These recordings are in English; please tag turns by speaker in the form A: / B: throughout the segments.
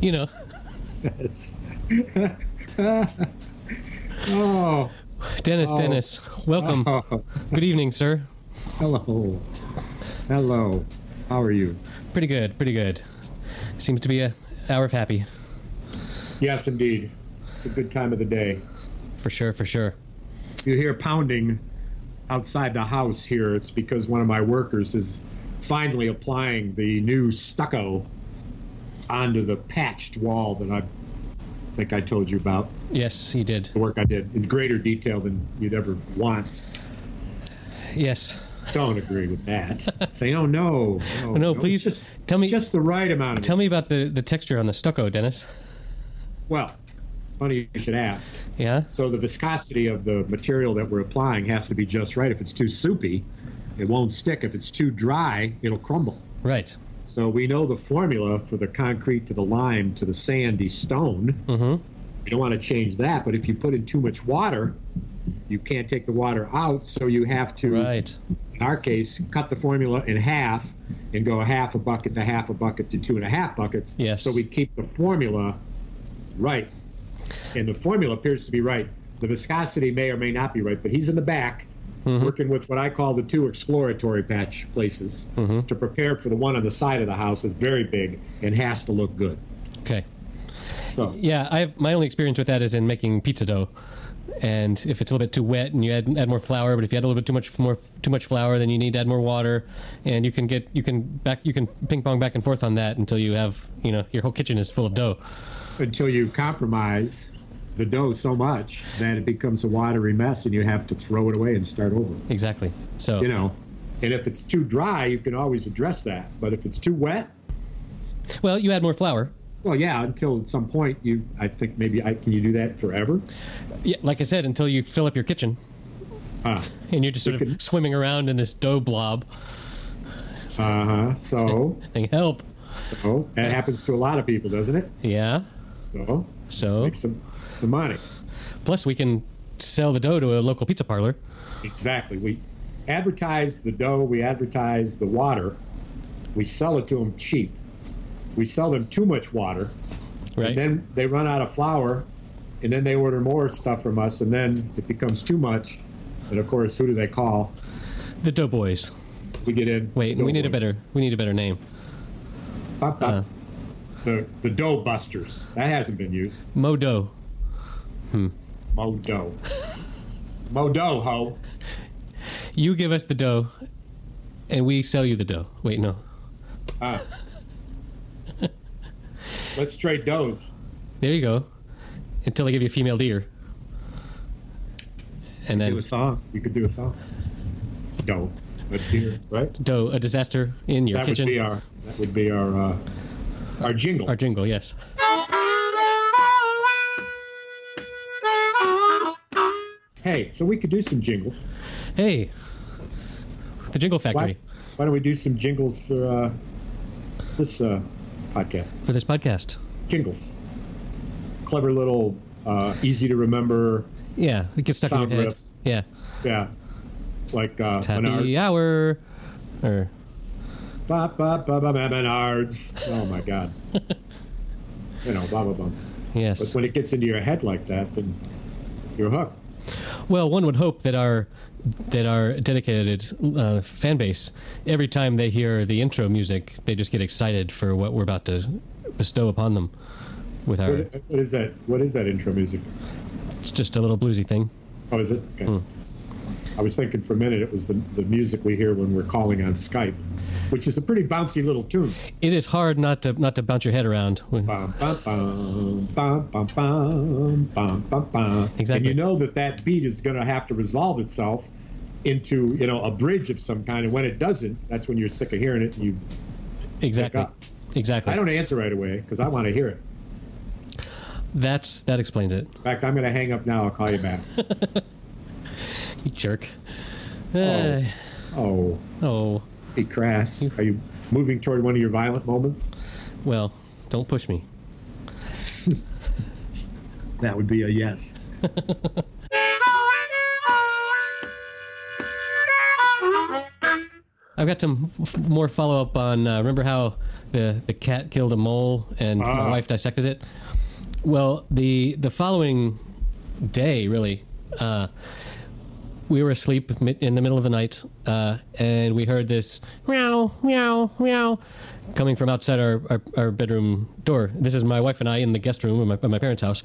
A: you know.
B: Yes. oh.
A: Dennis,
B: Oh.
A: Dennis, welcome.
B: oh.
A: Good evening, sir.
B: Hello. Hello. How are you?
A: Pretty good, pretty good. Seems to be a hour of happy,
B: Yes, indeed. It's a good time of the day.
A: for sure, for sure.
B: If you hear pounding outside the house here, it's because one of my workers is finally applying the new stucco onto the patched wall that I think I told you about.
A: Yes, he did.
B: The work I did in greater detail than you'd ever want.
A: Yes.
B: Don't agree with that. Say, oh no, no,
A: No,
B: It's
A: please
B: Just,
A: tell me.
B: just the right amount. Of
A: tell me about the the texture on the stucco, Dennis.
B: Well, it's funny you should ask.
A: Yeah.
B: So the viscosity of the material that we're applying has to be just right. If it's too soupy, it won't stick. If it's too dry, it'll crumble.
A: Right.
B: So we know the formula for the concrete to the lime to the sandy stone.
A: Mhm.
B: You don't want to change that, but if you put in too much water, you can't take the water out. So you have to,
A: Right.
B: in our case, cut the formula in half and go a half a bucket to half a bucket to two and a half buckets.
A: Yes.
B: So we keep the formula right. And the formula appears to be right. The viscosity may or may not be right, but he's in the back working with what I call the two exploratory patch places to prepare for the one on the side of the house that's very big and has to look good.
A: Okay.
B: So
A: Yeah, I have my only experience with that is in making pizza dough. And if it's a little bit too wet, and you add, add more flour, but if you add a little bit too much more too much flour, then you need to add more water, and you can get you can back you can ping pong back and forth on that until you have you know your whole kitchen is full of dough.
B: until you compromise the dough so much that it becomes a watery mess and you have to throw it away and start over.
A: Exactly. So
B: You know. And if it's too dry, you can always address that. But if it's too wet,
A: well, you add more flour.
B: well, yeah, until at some point you, I think maybe I can you do that forever?
A: Yeah, like I said, until you fill up your kitchen,
B: Uh,
A: and you're just sort
B: could-
A: of swimming around in this dough blob.
B: uh-huh. So,
A: And help.
B: so that happens to a lot of people, doesn't it?
A: Yeah.
B: So,
A: So?
B: make some some money.
A: Plus, we can sell the dough to a local pizza parlor.
B: Exactly. We advertise the dough, we advertise the water, we sell it to them cheap. We sell them too much water,
A: Right.
B: and then they run out of flour, and then they order more stuff from us, and then it becomes too much. And of course, who do they call?
A: the Dough Boys.
B: We get in.
A: Wait,
B: dough
A: we need a
B: boys.
A: better uh. we need a better name.
B: Bop, bop. the the dough busters. That hasn't been used.
A: Modo.
B: Mo dough. Mo dough ho.
A: You give us the dough, and we sell you the dough. Wait, no.
B: Ah. Let's trade doughs.
A: There you go. Until they give you a female deer. And
B: Do
A: then
B: a song. You could do a song. Dough. A deer, right?
A: dough, a disaster in your
B: That would
A: kitchen.
B: be our that would be our uh, our jingle.
A: Our jingle, yes.
B: hey, so we could do some jingles.
A: Hey, the Jingle
B: Why,
A: Factory
B: why don't we do some jingles for uh, this uh, podcast?
A: for this podcast.
B: Jingles. Clever little, uh, easy to remember.
A: Yeah, it gets stuck
B: Sound
A: in your head.
B: riffs.
A: Yeah,
B: Yeah, like uh,
A: happy
B: Menards.
A: hour. Or
B: Ba, ba, ba, ba, ba, Menards. Oh my God. you know, blah blah blah. But
A: yes.
B: when it gets into your head like that, then you're hooked.
A: Well, one would hope that our that our dedicated uh, fan base, every time they hear the intro music, they just get excited for what we're about to bestow upon them. With our,
B: What what is that? What is that intro music?
A: it's just a little bluesy thing.
B: Oh, is it? Okay. I was thinking for a minute it was the, the music we hear when we're calling on Skype, which is a pretty bouncy little tune.
A: It is hard not to not to bounce your head around. When,
B: Bum, bum, bum, bum, bum, bum, bum, bum, bum. And
A: Exactly.
B: you know that that beat is going to have to resolve itself into you know a bridge of some kind, and when it doesn't, that's when you're sick of hearing it. And you,
A: exactly,
B: up.
A: exactly.
B: I don't answer right away because I want to hear it.
A: That's that explains it.
B: In fact, I'm going to hang up now. I'll call you back.
A: You jerk.
B: Oh.
A: Eh,
B: oh,
A: oh,
B: be crass. Are you moving toward one of your violent moments?
A: well, don't push me.
B: That would be a yes.
A: I've got some f- more follow up on. Uh, remember how the the cat killed a mole and my
B: Ah.
A: wife dissected it? Well, the the following day, really, uh, we were asleep mi- in the middle of the night, uh, and we heard this meow meow meow coming from outside our, our, our bedroom door. This is my wife and I in the guest room at my, at my parents' house,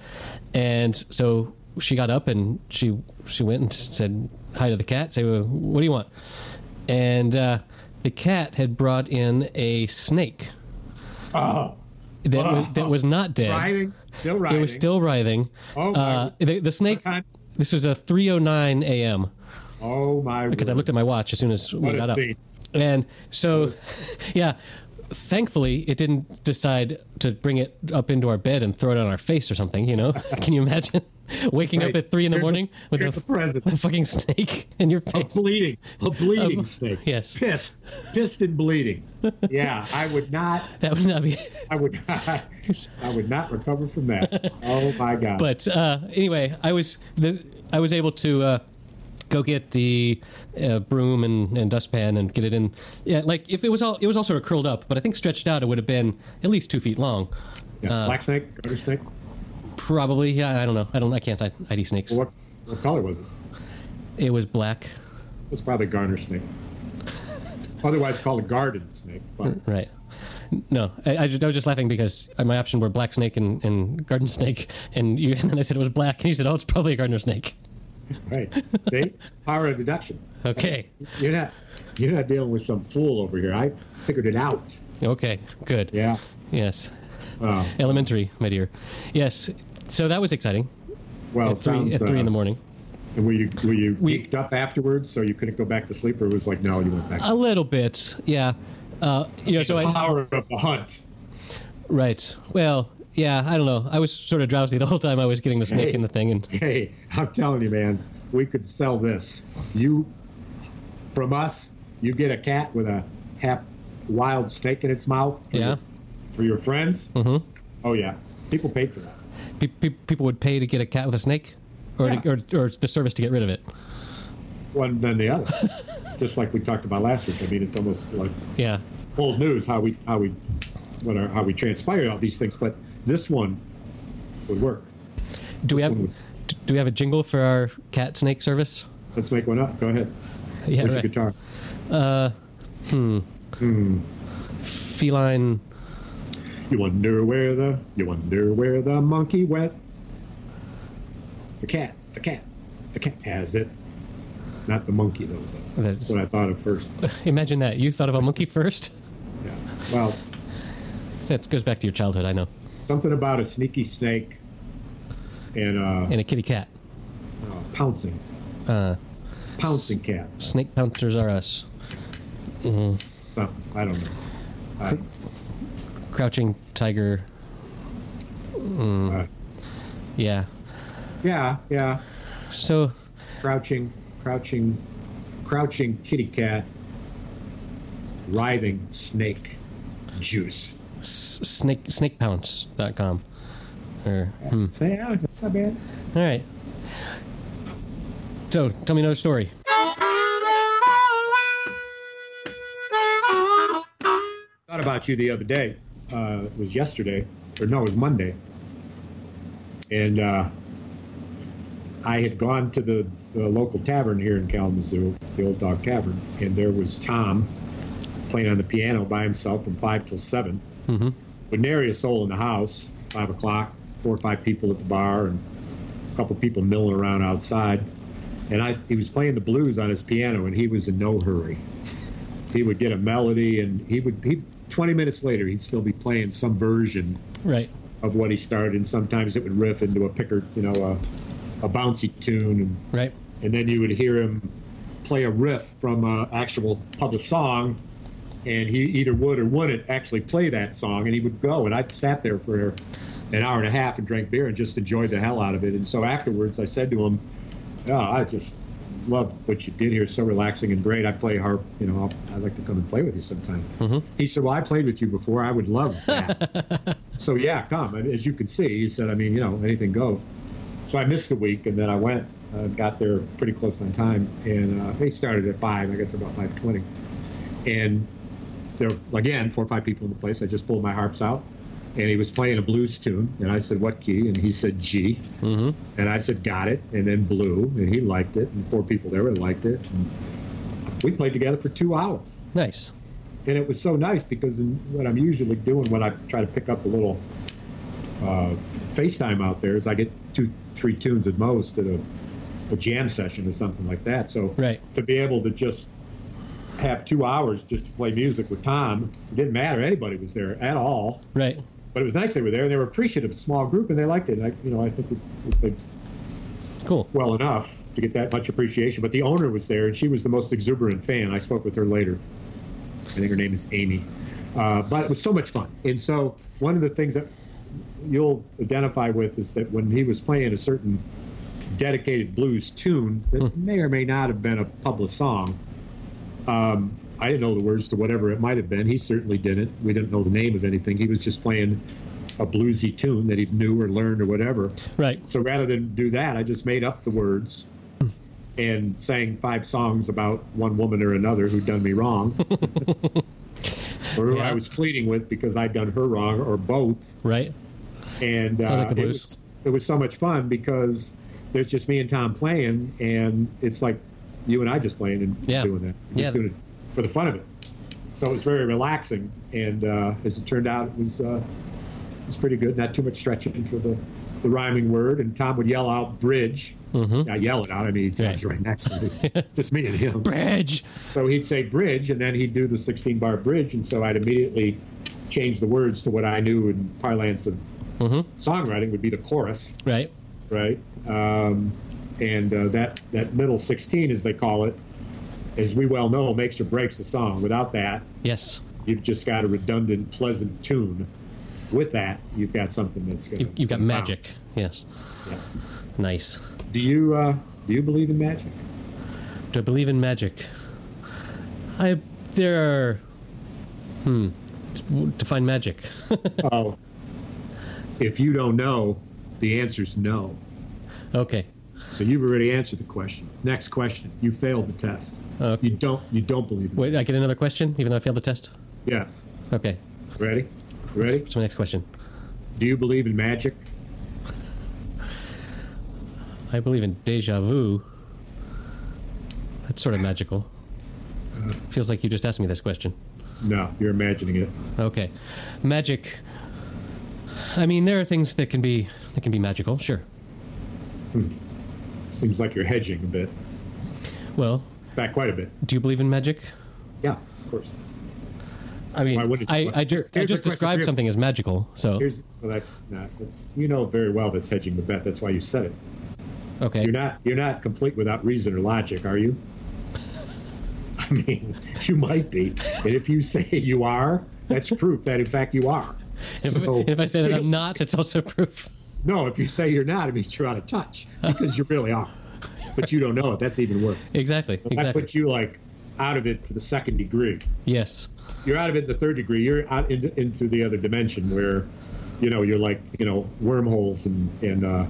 A: and so she got up and she she went and said hi to the cat. Say, "Well, what do you want? and uh, the cat had brought in a snake
B: Oh,
A: that was, that was not dead.
B: writhing, still writhing.
A: It was still writhing.
B: Oh,
A: uh, the, the snake.
B: What time?
A: This was a 3:09 a.m.
B: Oh my!
A: because I looked at my watch as soon as we
B: What a
A: got up,
B: scene.
A: and so yeah. Thankfully, it didn't decide to bring it up into our bed and throw it on our face or something. You know? Can you imagine waking up
B: Right.
A: at three in the
B: Here's a-
A: morning with
B: here's
A: a,
B: a Oh, present.
A: a fucking snake in your
B: a
A: face?
B: bleeding, a bleeding
A: Um,
B: snake.
A: yes.
B: pissed, pissed and bleeding. Yeah, I would not.
A: That would not be.
B: I would not. I would not recover from that. Oh my god!
A: but uh, anyway, I was the, I was able to uh, go get the uh, broom and, and dustpan and get it in. Yeah, like if it was all it was all sort of curled up, but I think stretched out, it would have been at least two feet long. uh,
B: Yeah, black snake, garter snake.
A: Probably, yeah. I don't know. I don't. I can't I- ID snakes.
B: What, what color was it?
A: It was black,
B: It's probably garter snake. Otherwise called a garden snake. But
A: right? No, I, I, just, I was just laughing because my option were black snake and, and garden snake, and you and then I said it was black, and you said, "Oh, it's probably a gardener snake."
B: right, see, power of deduction.
A: Okay,
B: You're not. You're not dealing with some fool over here. I figured it out.
A: okay, good.
B: Yeah.
A: Yes.
B: Oh,
A: Elementary, my dear. Yes. So that was exciting.
B: well,
A: At three,
B: sounds.
A: at three in the
B: uh,
A: morning.
B: And were you were you
A: We-
B: geeked up afterwards, so you couldn't go back to sleep, or it was like no, you went back.
A: A little bit, yeah. Uh, you know, Uh, so
B: the
A: I
B: power of the hunt.
A: right. Well, yeah. I don't know. I was sort of drowsy the whole time. I was getting the snake
B: Hey.
A: in the thing, and
B: Hey, I'm telling you, man, we could sell this. You, from us, you get a cat with a half wild snake in its mouth. For
A: Yeah.
B: your- for your friends. Mm-hmm. Oh yeah, people paid for that.
A: pe- pe- people would pay to get a cat with a snake, or,
B: Yeah.
A: to, or or the service to get rid of it.
B: One then the other. Just like we talked about last week. I mean, it's almost like
A: Yeah.
B: old news how we how we what are how we transpire all these things. But this one would work.
A: Do we
B: This
A: have
B: one was-
A: do we have a jingle for our cat snake service?
B: Let's make one up. Go ahead.
A: Yeah.
B: Where's
A: right.
B: your guitar?
A: Feline.
B: You wonder where the you wonder where the monkey went. The cat, the cat, the cat has it. Not the monkey though. But
A: That's-
B: that's what I thought of first.
A: Imagine that. You thought of a monkey first.
B: Yeah. Well,
A: That goes back to your childhood. I know.
B: something about a sneaky snake and uh,
A: And a kitty cat.
B: uh, pouncing,
A: Uh,
B: pouncing cat.
A: snake pouncers are us.
B: Something I don't know. I,
A: Crouching tiger. Hmm.
B: uh,
A: Yeah.
B: yeah, yeah.
A: So
B: Crouching, crouching, crouching kitty cat. Writhing snake juice.
A: s- snake snakepounce.com. Or, hmm.
B: Say, oh, that's not bad.
A: All right. So tell me another story.
B: thought about you the other day. Uh, it was yesterday, or no, it was Monday. And uh, I had gone to the, the local tavern here in Kalamazoo, the Old Dog Tavern, and there was Tom playing on the piano by himself from five till seven.
A: Mm-hmm.
B: But nary a soul in the house. Five o'clock, four or five people at the bar, and a couple people milling around outside. And I, he was playing the blues on his piano, and he was in no hurry. He would get a melody, and he would he. Twenty minutes later, he'd still be playing some version
A: Right.
B: of what he started, and sometimes it would riff into a picker, you know, a, a bouncy tune, and
A: Right.
B: and then you would hear him play a riff from an actual published song, and he either would or wouldn't actually play that song, and he would go. And I sat there for an hour and a half and drank beer and just enjoyed the hell out of it. And so afterwards, I said to him, "Oh, I just love what you did here. It's so relaxing and great. I play harp. You know, I'll, I'd like to come and play with you sometime." He said, "Well, I played with you before. I would love that." so yeah, come. And as you can see, he said, "I mean, you know, anything goes." So I missed a week, and then I went, uh, got there pretty close on time, and uh, they started at five. I got there about five twenty, and there were, again four or five people in the place. I just pulled my harps out, and he was playing a blues tune, and I said, "What key?" And he said, "G,"
A: Mhm.
B: and I said, "Got it," and then blue, and he liked it, and four people there really liked it. And we played together for two hours
A: Nice.
B: and it was so nice because in, what I'm usually doing when I try to pick up a little uh, FaceTime out there is I get two, three tunes at most at a, a jam session or something like that. So
A: Right.
B: to be able to just have two hours just to play music with Tom, it didn't matter anybody was there at all.
A: Right.
B: But it was nice they were there. and They were appreciative, small group, and they liked it. And I, you know, I think we, we played
A: Cool.
B: well enough to get that much appreciation. But the owner was there, and she was the most exuberant fan. I spoke with her later. I think her name is Amy. Uh, but it was so much fun. And so one of the things that you'll identify with is that when he was playing a certain dedicated blues tune that may or may not have been a public song, um, I didn't know the words to whatever it might have been. He certainly didn't. We didn't know the name of anything. He was just playing a bluesy tune that he knew or learned or whatever.
A: Right.
B: So rather than do that, I just made up the words and sang five songs about one woman or another who'd done me wrong. or who
A: Yeah.
B: I was pleading with because I'd done her wrong or both.
A: Right.
B: And uh,
A: Sounds like the
B: it,
A: blues.
B: was, it was so much fun because there's just me and Tom playing, and it's like you and I just playing and
A: Yeah.
B: doing that. Just
A: Yeah.
B: doing it for the fun of it. So it was very relaxing. And uh, as it turned out, it was. Uh, it's pretty good. Not too much stretching for the, the rhyming word. And Tom would yell out bridge.
A: Mhm.
B: I yell it out. I mean, he sounds
A: Yeah.
B: right next to me. It's just me and him.
A: Bridge.
B: So he'd say bridge, and then he'd do the 16 bar bridge. And so I'd immediately change the words to what I knew in parlance of
A: Mhm.
B: songwriting would be the chorus,
A: Right.
B: right? Um, and uh, that, that middle 16, as they call it, as we well know, makes or breaks a song. Without that,
A: Yes.
B: you've just got a redundant, pleasant tune. With that, you've got something that's going
A: You've, you've got magic. Yes.
B: Yes.
A: Nice.
B: Do you uh, do you believe in magic?
A: Do I believe in magic? I there are. Hmm. Define magic.
B: Oh, if you don't know, the answer's no.
A: okay.
B: So you've already answered the question. Next question. You failed the test.
A: Okay.
B: You don't. You don't believe in
A: Wait, I get another question, even though I failed the test.
B: Yes.
A: Okay.
B: Ready? Ready?
A: What's my next question?
B: Do you believe in magic?
A: I believe in deja vu. That's sort of magical. Feels like you just asked me this question.
B: No, you're imagining it.
A: Okay, magic. I mean, there are things that can be that can be magical. Sure.
B: Seems like you're hedging a bit.
A: Well,
B: In fact, quite a bit.
A: do you believe in magic?
B: Yeah, of course.
A: I mean,
B: Why wouldn't you?
A: I, I, ju- I
B: Here's
A: just
B: my question for
A: described
B: you.
A: something as magical. So
B: Here's well, that's not. That's you know very well that's hedging the bet. That's why you said it.
A: okay,
B: You're not you're not complete without reason or logic, are you? I mean, you might be, and if you say you are, that's proof that in fact you are.
A: if,
B: So-
A: if I say that I'm not, it's also proof.
B: no, if you say you're not, it means you're out of touch because you really are, but you don't know it. That's even worse.
A: Exactly.
B: That
A: E-, Exactly.
B: puts you like out of it to the second degree.
A: Yes.
B: You're out of it in the third degree. You're out into, into the other dimension where, you know, you're like you know wormholes and and uh,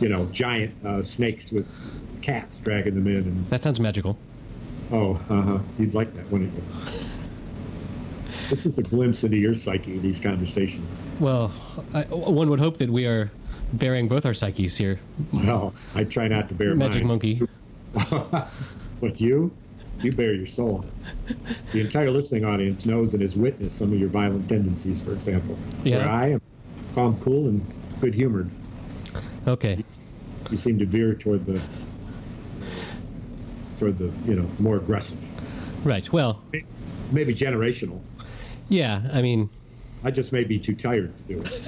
B: you know giant uh, snakes with cats dragging them in and
A: That sounds magical.
B: Oh, uh-huh. You'd like that, wouldn't you? This is a glimpse into your psyche, these conversations.
A: Well, I, one would hope that we are bearing both our psyches here.
B: Well, I try not to bear
A: Magic
B: mine.
A: monkey.
B: But you, you bear your soul. The entire listening audience knows and has witnessed some of your violent tendencies, for example.
A: Yeah.
B: Where I am calm, cool, and good humored.
A: Okay.
B: You seem to veer toward the toward the, you know, more aggressive.
A: Right. Well,
B: Maybe generational.
A: yeah. I mean,
B: I just may be too tired to do it.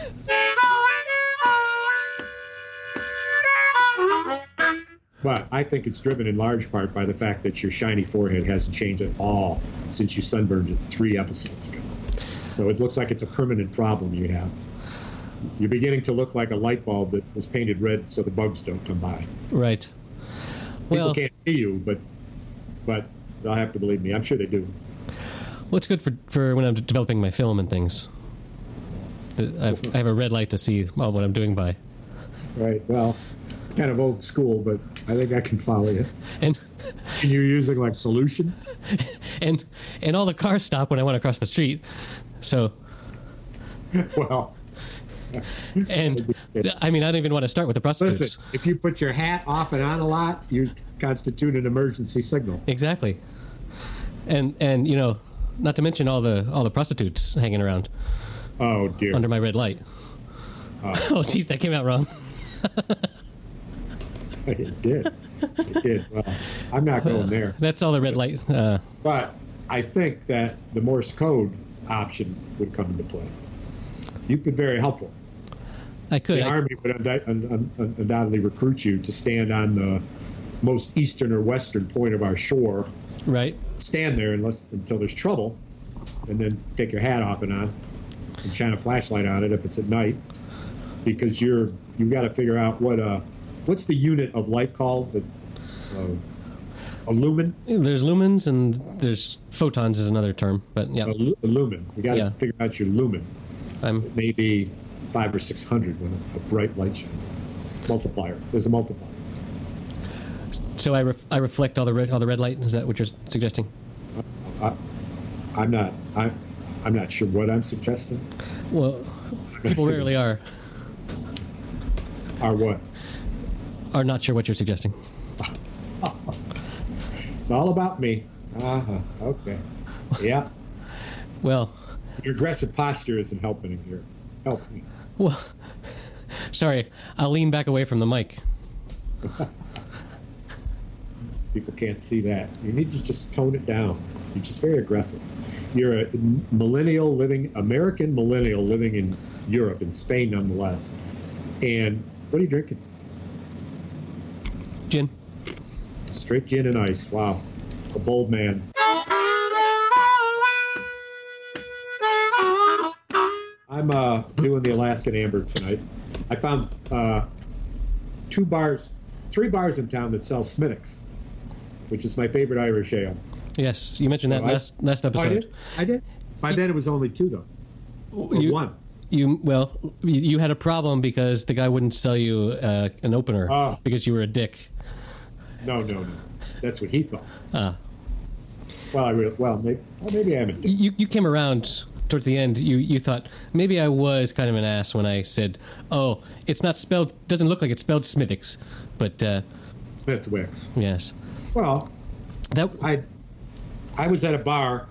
B: But I think it's driven in large part by the fact that your shiny forehead hasn't changed at all since you sunburned it three episodes ago. So it looks like it's a permanent problem you have. You're beginning to look like a light bulb that was painted red so the bugs don't come by.
A: right.
B: People
A: Well,
B: can't see you, but but they'll have to believe me. I'm sure they do.
A: what's good for, for when I'm developing my film and things? The, I've, I have a red light to see well, what I'm doing by.
B: Right. Well, kind of old school, but I think I can follow you.
A: and
B: And you're using like solution?
A: and and all the cars stop when I went across the street. So
B: Well,
A: and I mean I don't even want to start with the prostitutes.
B: listen, if you put your hat off and on a lot, you constitute an emergency signal.
A: Exactly. And and you know, not to mention all the all the prostitutes hanging around
B: Oh, dear.
A: under my red light. oh jeez, that came out wrong.
B: It did. It did. Well, I'm not going there.
A: That's all the red light. Uh,
B: But I think that the Morse code option would come into play. You'd be very helpful.
A: I could.
B: The
A: I-
B: Army would undou- un- un- un- undoubtedly recruit you to stand on the most eastern or western point of our shore,
A: right.
B: stand there unless until there's trouble, and then take your hat off and on, and shine a flashlight on it if it's at night, because you're you've got to figure out what uh what's the unit of light called the uh, a lumen
A: There's lumens and there's photons is another term, but yeah,
B: a, lu- a lumen. You got to
A: Yeah.
B: figure out your lumen.
A: I'm
B: Maybe five or six hundred when a bright light shines. Multiplier. There's a multiplier.
A: so I, ref, I reflect all the red all the red light. Is that what you're suggesting?
B: I'm not. I, I'm not sure what I'm suggesting.
A: Well, people rarely are
B: Or what?
A: are not sure what you're suggesting.
B: It's all about me. Uh huh. Okay. Yeah.
A: Well,
B: Your aggressive posture isn't helping in here. Help me.
A: well, sorry. I'll lean back away from the mic.
B: People can't see that. You need to just tone it down. You're just very aggressive. You're a millennial living, American millennial living in Europe, in Spain nonetheless. And what are you drinking?
A: Jin.
B: Straight gin and ice. Wow. A bold man. I'm uh, doing the Alaskan Amber tonight. I found uh, two bars, three bars in town that sell Smittix, which is my favorite Irish ale.
A: Yes, you mentioned that
B: So I-
A: last last
B: Oh, I
A: episode.
B: did. I did. By then it was only two though, or
A: you,
B: one.
A: You well, you- you had a problem because the guy wouldn't sell you uh, an opener
B: Ah.
A: because you were a dick.
B: No, no, no. That's what he thought. Well, I really, well, maybe, well, maybe I haven't.
A: You you came around towards the end. You you thought maybe I was kind of an ass when I said, "Oh, it's not spelled. Doesn't look like it's spelled Smithix," but uh,
B: Smith Wicks.
A: yes,
B: Well,
A: that
B: I I was at a bar,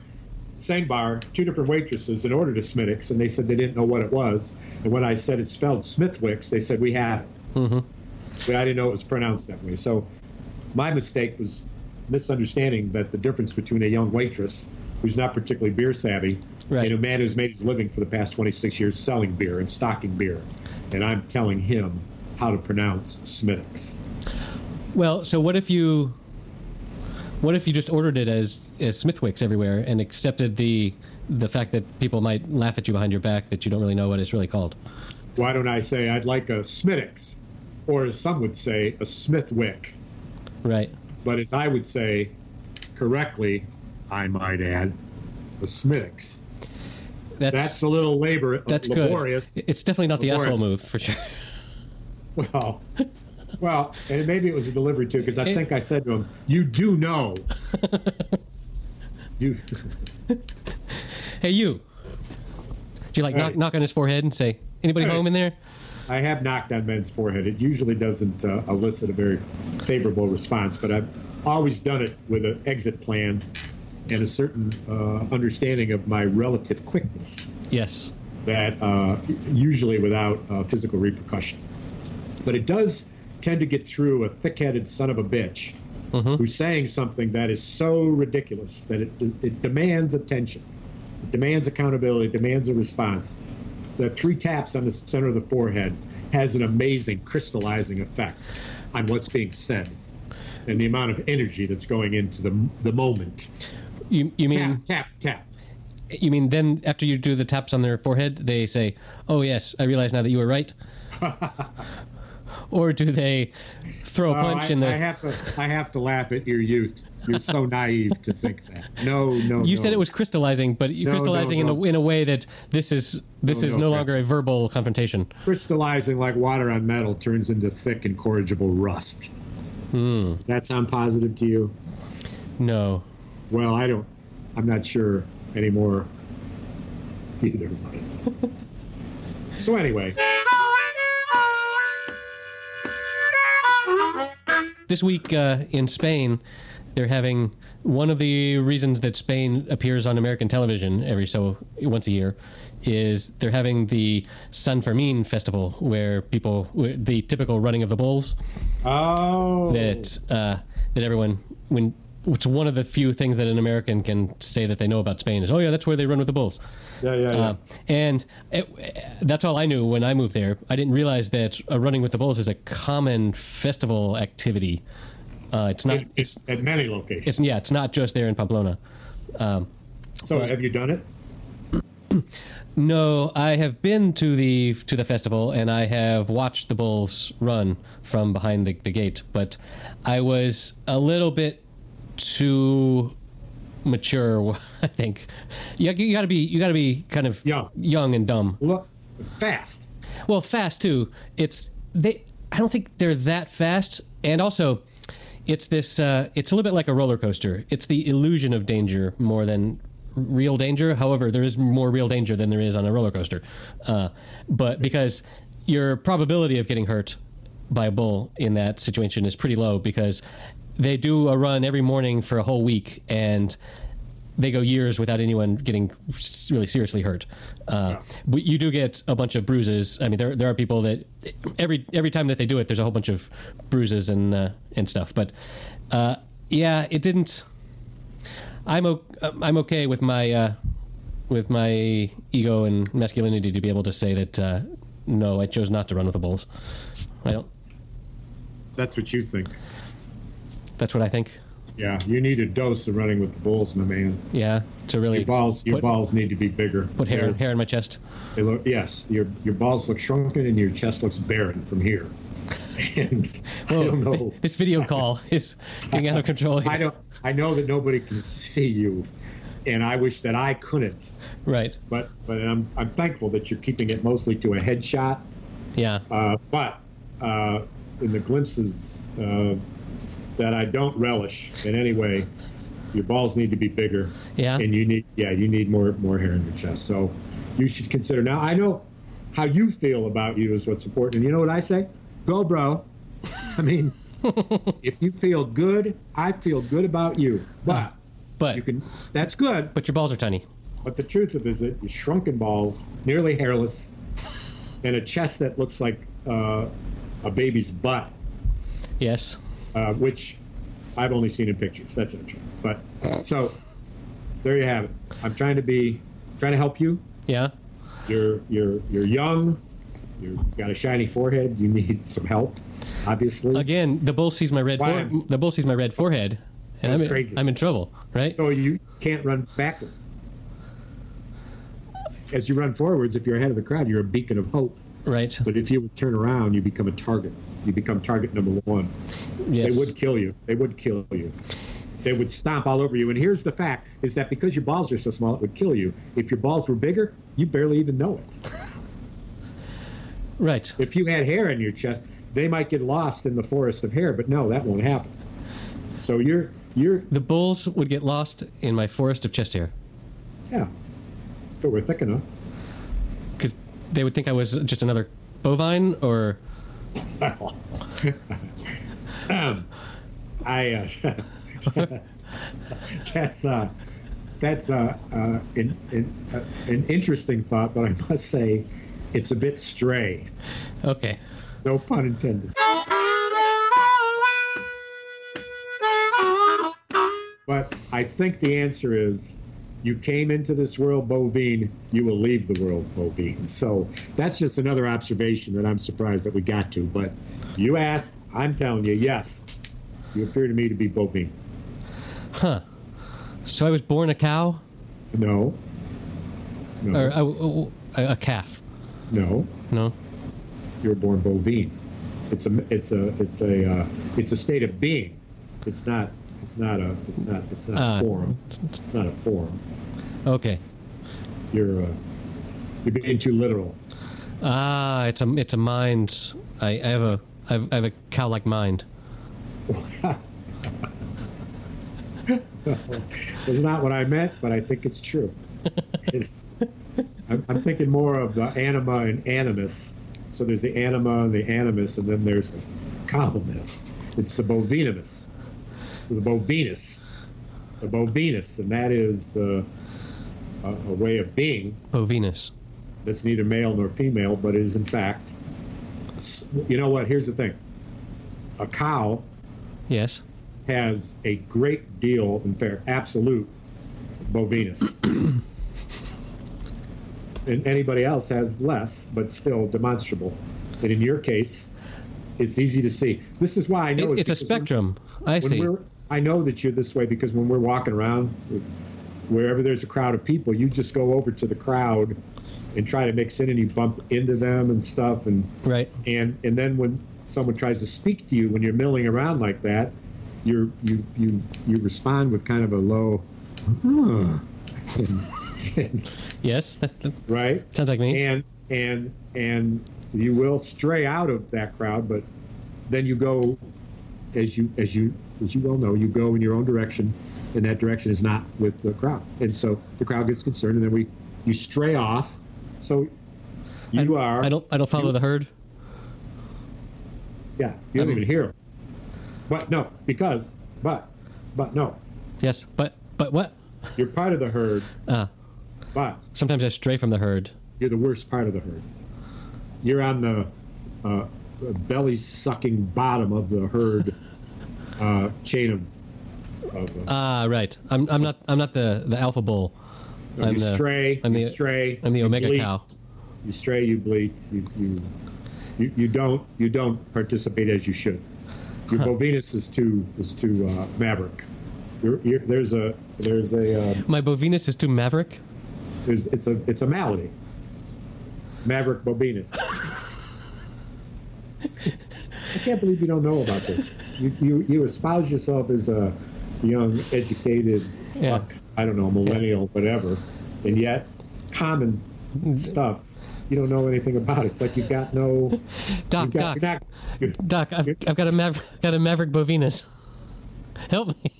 B: same bar, two different waitresses, and ordered a Smittix, and they said they didn't know what it was. And when I said it spelled Smithwick's, they said we have it. But I didn't know it was pronounced that way. So my mistake was misunderstanding that the difference between a young waitress who's not particularly beer savvy
A: Right.
B: and a man who's made his living for the past 26 years selling beer and stocking beer, and I'm telling him how to pronounce Smittix.
A: well. So what if you what if you just ordered it as as Smithwicks everywhere and accepted the the fact that people might laugh at you behind your back that you don't really know what it's really called?
B: why don't I say I'd like a Smittix, or as some would say, a Smithwick.
A: Right.
B: But as I would say correctly, I might add, a Smittix.
A: That's
B: That's a little labor, uh,
A: That's
B: laborious.
A: good. It's definitely not the
B: Laborious.
A: asshole move for sure.
B: Well, well, and maybe it was a delivery too, because I
A: It-
B: think I said to him, "You do know, you
A: Hey, you. Do you like knock
B: Hey.
A: knock on his forehead and say, "Anybody
B: Hey.
A: home in there?"
B: I have knocked on men's forehead. It usually doesn't uh, elicit a very favorable response, but I've always done it with an exit plan and a certain uh, understanding of my relative quickness
A: Yes.
B: that uh, usually without uh, physical repercussion. But it does tend to get through a thick headed son of a bitch who's saying something that is so ridiculous that it, it demands attention, it demands accountability, it demands a response. The three taps on the center of the forehead has an amazing crystallizing effect on what's being said and the amount of energy that's going into the, the moment.
A: You you
B: Tap,
A: mean
B: tap, tap.
A: you mean then after you do the taps on their forehead, they say, "Oh yes, I realize now that you were right." or do they throw a
B: Oh,
A: punch
B: I,
A: in the
B: Oh, I have to I have to laugh at your youth. You're so naive to think that. No, no.
A: You
B: no.
A: said it was crystallizing, but you
B: No, no,
A: crystallizing
B: no.
A: in a in a way that this is this
B: No,
A: is
B: no,
A: no longer a
B: that's-
A: verbal confrontation.
B: crystallizing like water on metal turns into thick and corrigible rust.
A: Hmm.
B: Does that sound positive to you?
A: No.
B: Well, I don't. I'm not sure anymore. Either. but- so anyway,
A: This week uh, in Spain, they're having one of the reasons that Spain appears on American television every so once a year is they're having the San Fermin festival where people where the typical running of the bulls
B: oh,
A: that it's, uh, that everyone when it's one of the few things that an American can say that they know about Spain is oh yeah that's where they run with the bulls.
B: yeah, yeah, yeah.
A: Uh, and it, that's all I knew when I moved there. I didn't realize that uh, running with the bulls is a common festival activity. Uh, it's not.
B: It-
A: It's,
B: it's at many locations.
A: it's yeah. It's not just there in Pamplona.
B: so have you done it?
A: No, I have been to the to the festival and I have watched the bulls run from behind the, the gate. But I was a little bit too mature. I think you, you got to be you got to be kind of
B: Young.
A: young and dumb.
B: Look, fast.
A: Well, fast too. It's they. I don't think they're that fast, and also, it's this. Uh, it's a little bit like a roller coaster. It's the illusion of danger more than real danger. However, there is more real danger than there is on a roller coaster, uh, but because your probability of getting hurt by a bull in that situation is pretty low because they do a run every morning for a whole week and they go years without anyone getting s- really seriously hurt. Uh, but you do get a bunch of bruises. I mean, there there are people that every every time that they do it, there's a whole bunch of bruises and uh, and stuff. But uh, yeah, it didn't. I'm o- uh, I'm okay with my uh, with my ego and masculinity to be able to say that uh, no, I chose not to run with the bulls. I don't.
B: That's what you think.
A: That's what I think.
B: Yeah, you need a dose of running with the bulls, my man.
A: Yeah, to really
B: Your balls, your
A: put,
B: balls need to be bigger.
A: put hair
B: They're-
A: hair in my chest.
B: They look, yes, your your balls look shrunken and your chest looks barren from here. And I
A: Whoa,
B: don't know.
A: Oh, th- this video call is getting out of control. Here.
B: I don't. I know that nobody can see you, and I wish that I couldn't.
A: Right.
B: But but I'm I'm thankful that you're keeping it mostly to a headshot.
A: Yeah.
B: Uh, but uh, in the glimpses uh, that I don't relish in any way, your balls need to be bigger.
A: Yeah.
B: And you need yeah you need more more hair in your chest. So you should consider now. I know how you feel about you is what's important. And you know what I say? Go, bro. I mean, if you feel good, I feel good about you. But
A: But
B: you can that's good.
A: but your balls are tiny.
B: But the truth of it is that your shrunken balls, nearly hairless, and a chest that looks like uh, a baby's butt,
A: Yes.
B: uh, which I've only seen in pictures. That's not true. But so there you have it. I'm trying to be, trying to help you.
A: Yeah.
B: You're you're you're young. You're, you've got a shiny forehead. You need some help, obviously.
A: Again, the bull sees my red
B: Why?
A: fore- the bull sees my red forehead, and I'm
B: That's
A: in,
B: crazy.
A: I'm in trouble. Right.
B: So you can't run backwards. As you run forwards, if you're ahead of the crowd, you're a beacon of hope.
A: right.
B: But if you turn around, you become a target. You become target number one.
A: Yes.
B: They would kill you. They would kill you. They would stomp all over you. And here's the fact: is that because your balls are so small, it would kill you. If your balls were bigger, you barely even know it.
A: Right.
B: If you had hair in your chest, they might get lost in the forest of hair. But no, that won't happen. So you're you're
A: The bulls would get lost in my forest of chest hair
B: yeah. But we're thick enough.
A: because they would think I was just another bovine or
B: I uh, that's uh, that's uh, uh, an, an, uh, an interesting thought, but I must say it's a bit stray.
A: okay.
B: No pun intended. But I think the answer is you came into this world bovine, you will leave the world bovine. So that's just another observation that I'm surprised that we got to. But you asked, I'm telling you, yes, you appear to me to be bovine.
A: So I was born a cow
B: No. No.
A: or oh, a, a, a calf.
B: no.
A: No.
B: you're born bovine. It's a it's a it's a uh, it's a state of being. It's not It's not a. It's not. It's not a
A: Uh,
B: forum. It's not a forum.
A: Okay.
B: You're. Uh, you're being too literal.
A: Ah, it's a it's a mind. I, I have a I have, I have a cow like mind.
B: It's not what I meant, but I think it's true. I'm, I'm thinking more of the anima and animus. So there's the anima and the animus, and then there's the columnus. It's the bovinimus. So the bovinus, the bovinus, and that is the a, a way of being
A: Oh, Venus.
B: that's neither male nor female, but is in fact. s- You know what? Here's the thing. A cow
A: Yes.
B: has a great deal, in fact, absolute bovinus. and anybody else has less, but still demonstrable. And in your case, it's easy to see. This is why I know
A: It- it's a
B: because when-
A: spectrum. I
B: When,
A: see.
B: we're, I know that you're this way because when we're walking around, wherever there's a crowd of people, you just go over to the crowd and try to mix in, and you bump into them and stuff, and
A: Right.
B: and and then when someone tries to speak to you when you're milling around like that you're you you you respond with kind of a low huh,
A: Yes. That, that
B: right
A: sounds like me.
B: and and and you will stray out of that crowd but then you go as you as you as you well know you go in your own direction and that direction is not with the crowd and so the crowd gets concerned and then we you stray off so you are
A: I don't I don't follow the herd.
B: yeah you don't
A: I mean-
B: even hear them but no because but but no
A: Yes. But but what?
B: You're part of the herd,
A: Ah.
B: but
A: Sometimes I stray from the herd.
B: you're the worst part of the herd. You're on the uh, belly sucking bottom of the herd uh, chain of. of uh,
A: Ah, right. I'm I'm not I'm not the the alpha bull. I'm
B: you
A: the-
B: stray,
A: I'm
B: you
A: the-
B: stray,
A: I'm the
B: you
A: omega
B: bleat,
A: cow.
B: You stray, you bleat, you you, you you don't you don't participate as you should. Your bovinus is too is too uh, maverick. You're, you're, there's a there's a um,
A: My bovinus is too maverick.
B: there's, it's a it's a malady. Maverick Bobinus. It's- I can't believe you don't know about this. You you, you espouse yourself as a young, educated
A: Yeah.
B: fuck. I don't know, millennial, whatever, and yet common stuff. You don't know anything about it. It's like you've got no.
A: Doc,
B: You've got,
A: doc,
B: you're not, you're,
A: doc. I've, I've got a maver- got a maverick bovinus. Help me.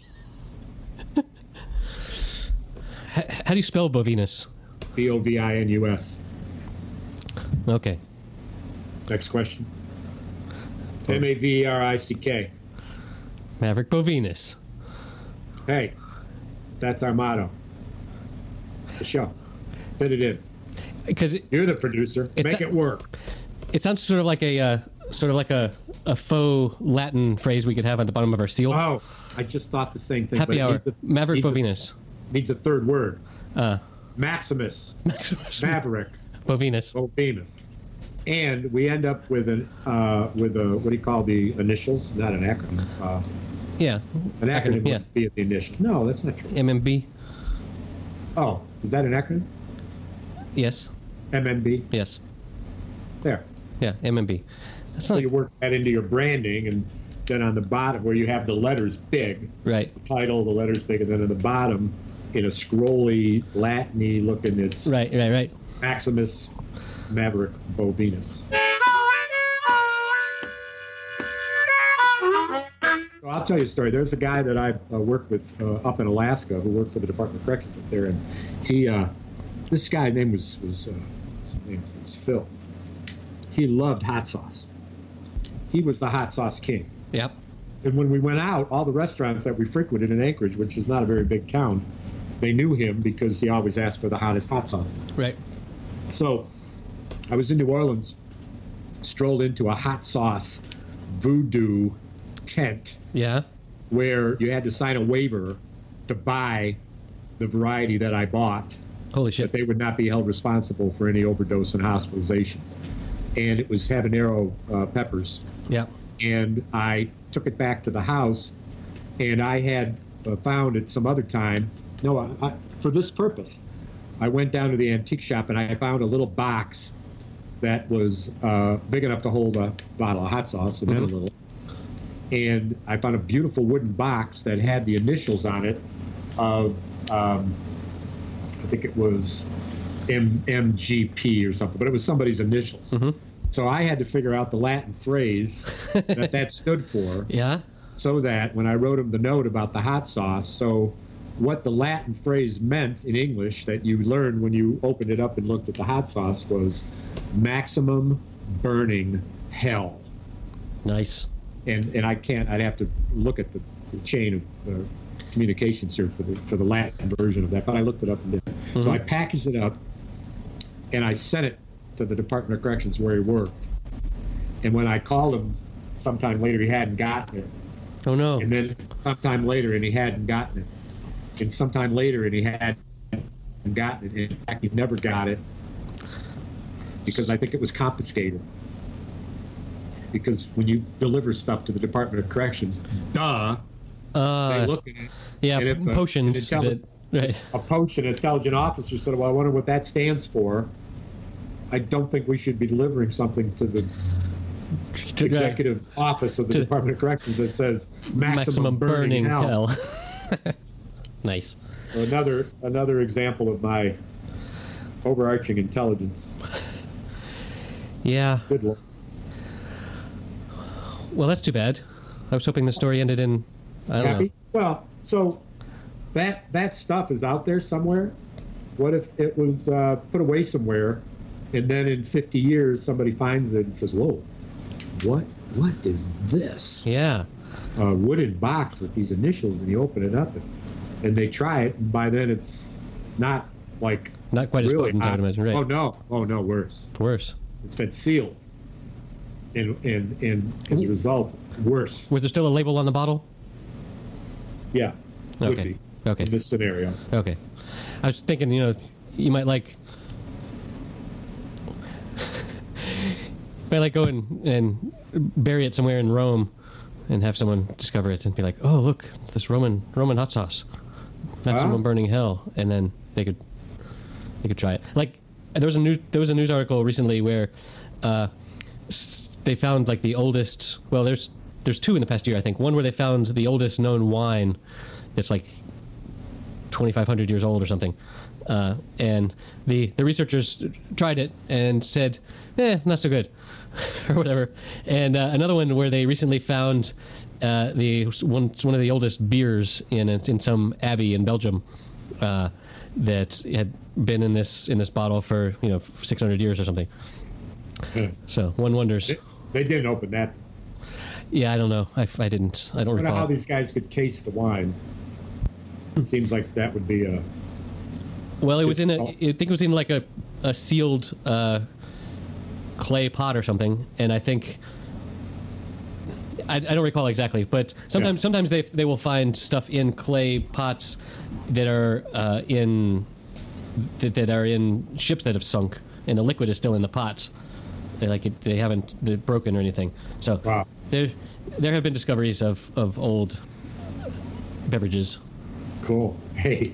A: how, how do you spell bovinus?
B: B o v i n u s.
A: Okay.
B: Next question. M a v e r i c k.
A: Maverick bovinus.
B: Hey, that's our motto. The show. Fit it in.
A: Because it,
B: You're the producer.
A: It's
B: Make
A: a-
B: it work.
A: it sounds sort of like a uh, sort of like a, a faux Latin phrase we could have at the bottom of our seal.
B: Oh, I just thought the same thing.
A: Happy
B: it
A: hour.
B: Needs a,
A: Maverick Uh.
B: needs a-
A: bovinus.
B: needs a third word. Maximus, Maverick,
A: bovinus.
B: Oh, Bovinus. And we end up with an uh, with a what do you call the initials? Not an acronym. Uh,
A: Yeah.
B: an acronym
A: Yeah.
B: would be at the initial. No, that's not true.
A: MMB.
B: Oh, is that an acronym?
A: Yes.
B: MMB.
A: Yes.
B: There.
A: Yeah. MMB. That's
B: So
A: not
B: you work that into your branding, and then on the bottom where you have the letters big,
A: right.
B: title, the letters big, and then at the bottom, in a scrolly, Latiny looking, it's
A: Right. Right. Right.
B: Maximus Maverick Bovinus. So I'll tell you a story. There's a guy that I uh, worked with uh, up in Alaska who worked for the Department of Corrections up there, and he, uh, this guy's name was was uh, his name was Phil. He loved hot sauce. He was the hot sauce king.
A: Yep.
B: And when we went out, all the restaurants that we frequented in Anchorage, which is not a very big town, they knew him because he always asked for the hottest hot sauce.
A: Right.
B: So I was in New Orleans, strolled into a hot sauce voodoo tent
A: Yeah.
B: where you had to sign a waiver to buy the variety that I bought,
A: Holy
B: but
A: shit.
B: they would not be held responsible for any overdose and hospitalization. And it was habanero uh, peppers
A: Yeah.
B: and I took it back to the house, and I had uh, found at some other time. No, I, I, for this purpose, I went down to the antique shop and I found a little box that was uh, big enough to hold a bottle of hot sauce and then a little, and I found a beautiful wooden box that had the initials on it of, um, I think it was M- MGP or something, but it was somebody's initials. So I had to figure out the Latin phrase that that stood for
A: Yeah.
B: so that when I wrote him the note about the hot sauce, so what the Latin phrase meant in English that you learned when you opened it up and looked at the hot sauce was maximum burning hell.
A: Nice.
B: And and I can't. I'd have to look at the, the chain of uh, communications here for the for the Latin version of that. But I looked it up and did. it. So I packaged it up, and I sent it to the Department of Corrections where he worked. And when I called him sometime later, he hadn't gotten it
A: Oh no.
B: and then sometime later and he hadn't gotten it and sometime later and he hadn't gotten it in fact he never got it because i think it was confiscated because when you deliver stuff to the department of corrections duh they
A: Uh,
B: look at it
A: yeah.
B: and if, uh,
A: potions.
B: and
A: That,
B: intelligence-
A: right.
B: a post an intelligent officer said well i wonder what that stands for i don't think we should be delivering something to the executive office of the
A: To-
B: department of corrections that says maximum,
A: Maximum
B: burning,
A: burning,
B: hell.
A: hell. nice.
B: So another another example of my overarching intelligence.
A: Yeah.
B: Good luck.
A: Well, that's too bad. I was hoping the story ended in. I don't
B: Happy? Well, so that that stuff is out there somewhere. What if it was uh, put away somewhere, and then in 50 years somebody finds it and says, "Whoa, what what is this?"
A: know. Yeah.
B: A wooden box with these initials, and you open it up, and, and they try it, and by then it's not like
A: Not quite as
B: really
A: potent, I
B: hot.
A: would imagine. Right.
B: Oh no! Oh no! Worse.
A: Worse.
B: it's been sealed and and and as a result worse
A: Was there still a label on the bottle?
B: yeah would
A: Okay.
B: be
A: Okay.
B: in this scenario
A: Okay. I was thinking, you know, you might like. might like go and, and bury it somewhere in Rome and have someone discover it and be like, oh, look, it's this Roman Roman hot sauce. That's someone burning hell. And then they could they could try it. Like, there was a, new, there was a news article recently where uh, s- they found like the oldest. Well, there's there's two in the past year, I think. One where they found the oldest known wine that's like 2,500 years old or something. Uh, and the, the researchers tried it and said, eh, not so good, or whatever. And uh, another one where they recently found uh, the one, one of the oldest beers in in some abbey in Belgium uh, that had been in this in this bottle for you know 600 years or something. So one wonders.
B: Uh, they didn't open that
A: Yeah, I don't know. I, I didn't. I don't
B: i don't know how
A: recall.
B: these guys could taste the wine seems like that would be uh, a
A: Well, it was in a. I think it was in like a a sealed uh, clay pot or something, and I think. I, I don't recall exactly, but sometimes
B: Yeah.
A: sometimes they they will find stuff in clay pots that are uh, in that, that are in ships that have sunk, and the liquid is still in the pots. They like it, they haven't they're broken or anything. So
B: Wow.
A: there there have been discoveries of of old beverages.
B: cool hey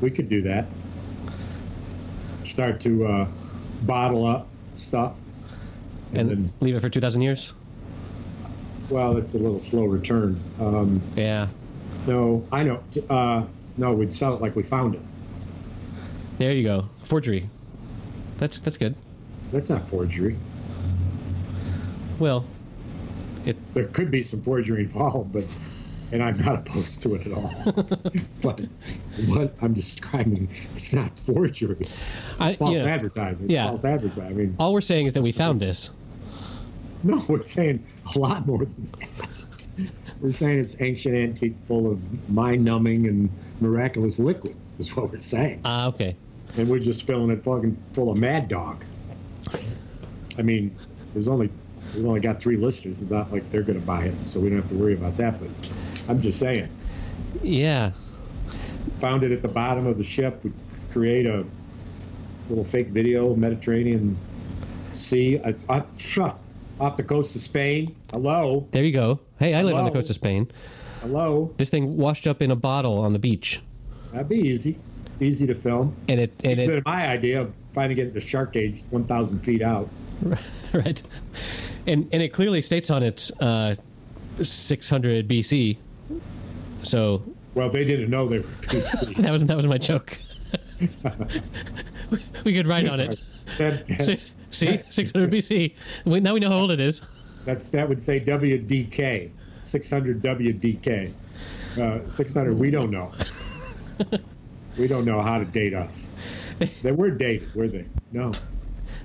B: we could do that start to uh, bottle up stuff
A: And,
B: and, then
A: leave it for two thousand years.
B: well it's a little slow return um,
A: Yeah,
B: no i know t- uh, no we'd sell it like we found it
A: There you go. Forgery. That's that's good.
B: that's not forgery
A: Well,
B: there could be some forgery involved, but and I'm not opposed to it at all. but what I'm describing, it's not forgery. It's
A: I, you
B: false
A: know,
B: advertising. It's
A: Yeah.
B: false advertising. I mean,
A: all we're saying is that we found this.
B: no, we're saying a lot more than that. We're saying it's ancient antique, full of mind-numbing and miraculous liquid. Is what we're saying,
A: Ah, okay.
B: and we're just filling it fucking full of Mad Dog. I mean, there's only we've only got three listeners. It's not like they're going to buy it, so we don't have to worry about that. But I'm just saying.
A: Yeah.
B: found it at the bottom of the ship. We create a little fake video of Mediterranean Sea It's up, off the coast of Spain. Hello,
A: There you go. Hey, I live on the
B: Hello.
A: coast of Spain.
B: hello.
A: This thing washed up in a bottle on the beach,
B: That'd be easy, easy to film.
A: and it and
B: It's
A: it
B: been my idea of finding it at the shark cage, one thousand feet out.
A: right, and and it clearly states on it uh, 600 BC. So
B: Well, they didn't know they were PC.
A: that was that was my joke. we could write on it. See,
B: that,
A: see, 600 BC. We, now we know how old it is.
B: that's that would say WDK, 600 WDK, uh, 600. We don't know. we don't know how to date us. They were dated, were they? No,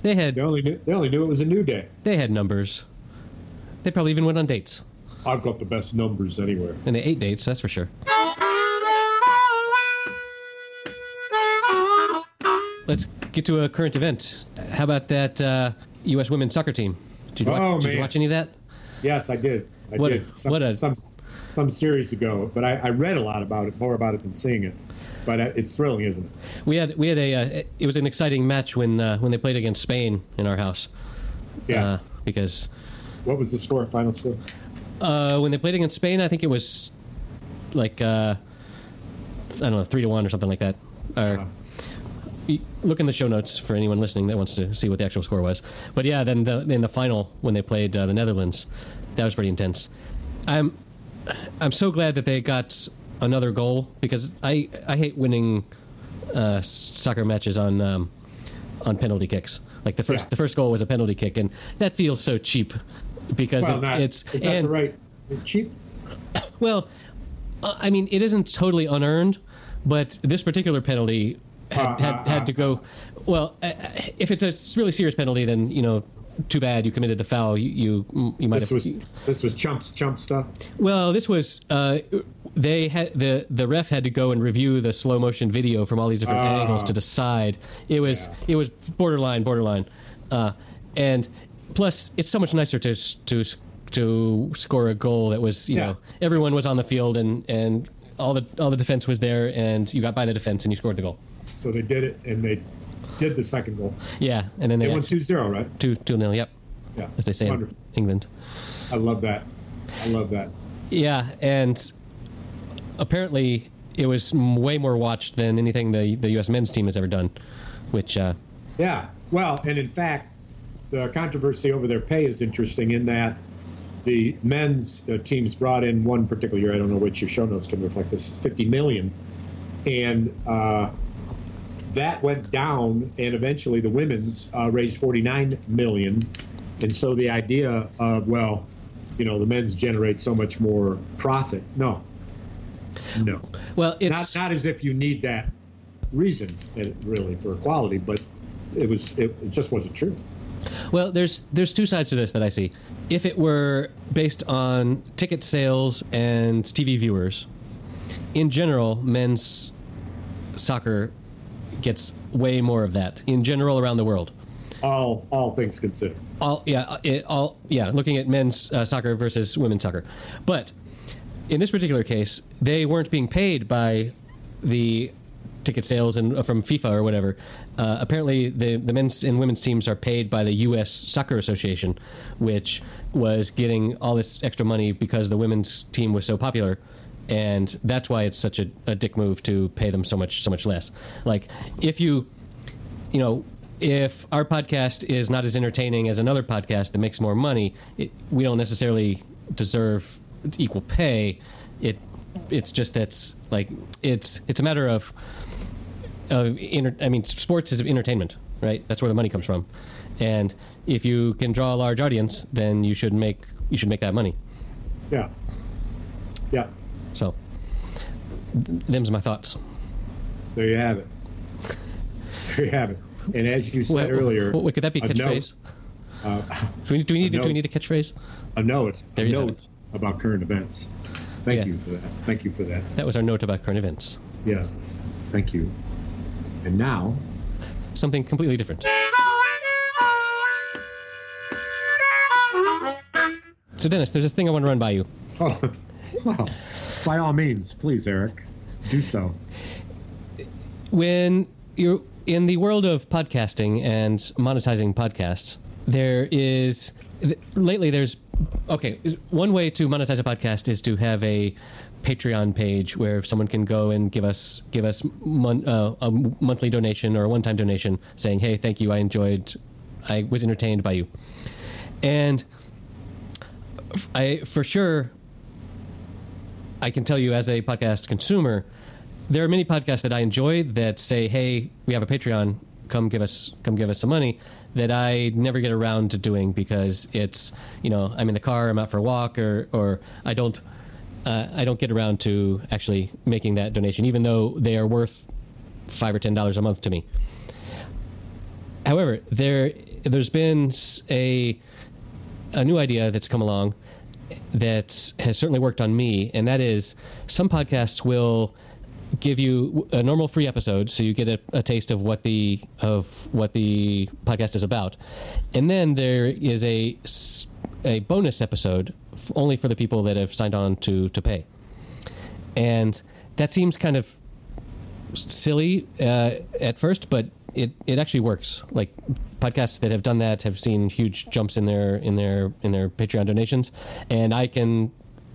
A: They had
B: they only knew, they only knew it was a new day.
A: they had numbers. They probably even went on dates,
B: I've got the best numbers anywhere.
A: and they ate dates. That's for sure. Let's get to a current event. How about that uh, U.S. women's soccer team? Did you, watch,
B: Oh,
A: did you
B: man.
A: watch any of that?
B: Yes, I did. I
A: What a-
B: did. Some,
A: what a-
B: some some series ago, but I, I read a lot about it, more about it than seeing it. But uh, it's thrilling, isn't it?
A: We had we had a uh, it was an exciting match when uh, when they played against Spain in our house.
B: Yeah.
A: Uh, because
B: what was the score? Final score?
A: uh, when they played against Spain, I think it was like uh, I don't know three to one or something like that. Or
B: Uh-huh.
A: y- look in the show notes for anyone listening that wants to see what the actual score was. But yeah, then the, in the final when they played uh, the Netherlands, that was pretty intense. I'm I'm so glad that they got another goal because I I hate winning uh, s- soccer matches on um, on penalty kicks. Like the first
B: Yeah.
A: the first goal was a penalty kick, and that feels so cheap because
B: Well,
A: it's,
B: not,
A: it's
B: is that
A: and-
B: the right cheap?
A: well, uh, I mean, it isn't totally unearned, but this particular penalty had,
B: Uh, uh,
A: had, had to go. Well, uh, if it's a really serious penalty, then you know, too bad you committed the foul. You you, you might
B: This
A: have.
B: was this was chumps chump stuff.
A: Well, this was uh, they had the the ref had to go and review the slow motion video from all these different
B: Ah.
A: angles to decide. It was it was borderline, borderline, uh, and plus it's so much nicer to s- to s- to score a goal that was you
B: Yeah.
A: know everyone was on the field and and all the all the defense was there and you got by the defense and you scored the goal.
B: So they did it, and they did the second goal.
A: Yeah, and then they,
B: They won
A: actually-
B: 2-0, right?
A: two two nil. Yep,
B: Yeah,
A: as they say
B: Wonderful.
A: in England.
B: I love that. I love that.
A: Yeah, and apparently it was m- way more watched than anything the the U.S. men's team has ever done, which uh,
B: Yeah. Well, and in fact, the controversy over their pay is interesting in that the men's uh, teams brought in one particular year. I don't know which your show notes can reflect this. Fifty million, and uh, that went down, and eventually the women's uh, raised forty nine million. And so the idea of well, you know, the men's generate so much more profit. No. No
A: well,
B: not
A: it's
B: not as if you need that reason eh, really for equality, but it was it, it just wasn't true.
A: well, there's there's two sides to this that I see. If it were based on ticket sales and TV viewers, in general, men's soccer gets way more of that in general around the world.
B: All all things considered,
A: all yeah uh, it, all yeah looking at men's uh, soccer versus women's soccer but in this particular case they weren't being paid by the ticket sales and from FIFA or whatever uh, apparently the the men's and women's teams are paid by the US Soccer Association which was getting all this extra money because the women's team was so popular and that's why it's such a, a dick move to pay them so much so much less like if you you know, if our podcast is not as entertaining as another podcast that makes more money, it, we don't necessarily deserve equal pay. It it's just that's like it's it's a matter of of inter- I mean, sports is entertainment, right? That's where the money comes from, and if you can draw a large audience, then you should make you should make that money.
B: yeah, yeah.
A: So, th- them's my thoughts.
B: There you have it. There you have it. And as you said
A: Wait,
B: earlier,
A: wait, could that be a
B: a Uh,
A: catchphrase? do, we, do we need do
B: note.
A: we need a catchphrase?
B: note, a note,
A: There
B: a
A: you have
B: note about current events. Thank
A: Yeah.
B: you for that. Thank you for that.
A: That was our note about current events.
B: Yes, thank you. And now,
A: Something completely different. So, Dennis, there's this thing I want to run by you.
B: oh, well, by all means, please, Eric, do so.
A: When you're in the world of podcasting and monetizing podcasts, there is th- lately there's okay. is- One way to monetize a podcast is to have a Patreon page where someone can go and give us give us mon- uh, a monthly donation or a one time donation, saying, "Hey, thank you. I enjoyed. I was entertained by you." And I for sure I can tell you as a podcast consumer, there are many podcasts that I enjoy that say, "Hey, we have a Patreon. Come give us come give us some money." That I never get around to doing because it's you know I'm in the car, I'm out for a walk, or or I don't uh, I don't get around to actually making that donation, even though they are worth five or ten dollars a month to me. However, there there's been s- a a new idea that's come along that has certainly worked on me, and that is some podcasts will give you a normal free episode, so you get a, a taste of what the of what the podcast is about, and then there is a s- a bonus episode f- only for the people that have signed on to to pay, and that seems kind of silly uh, at first, but it, it actually works. Like podcasts that have done that have seen huge jumps in their in their in their Patreon donations, and I can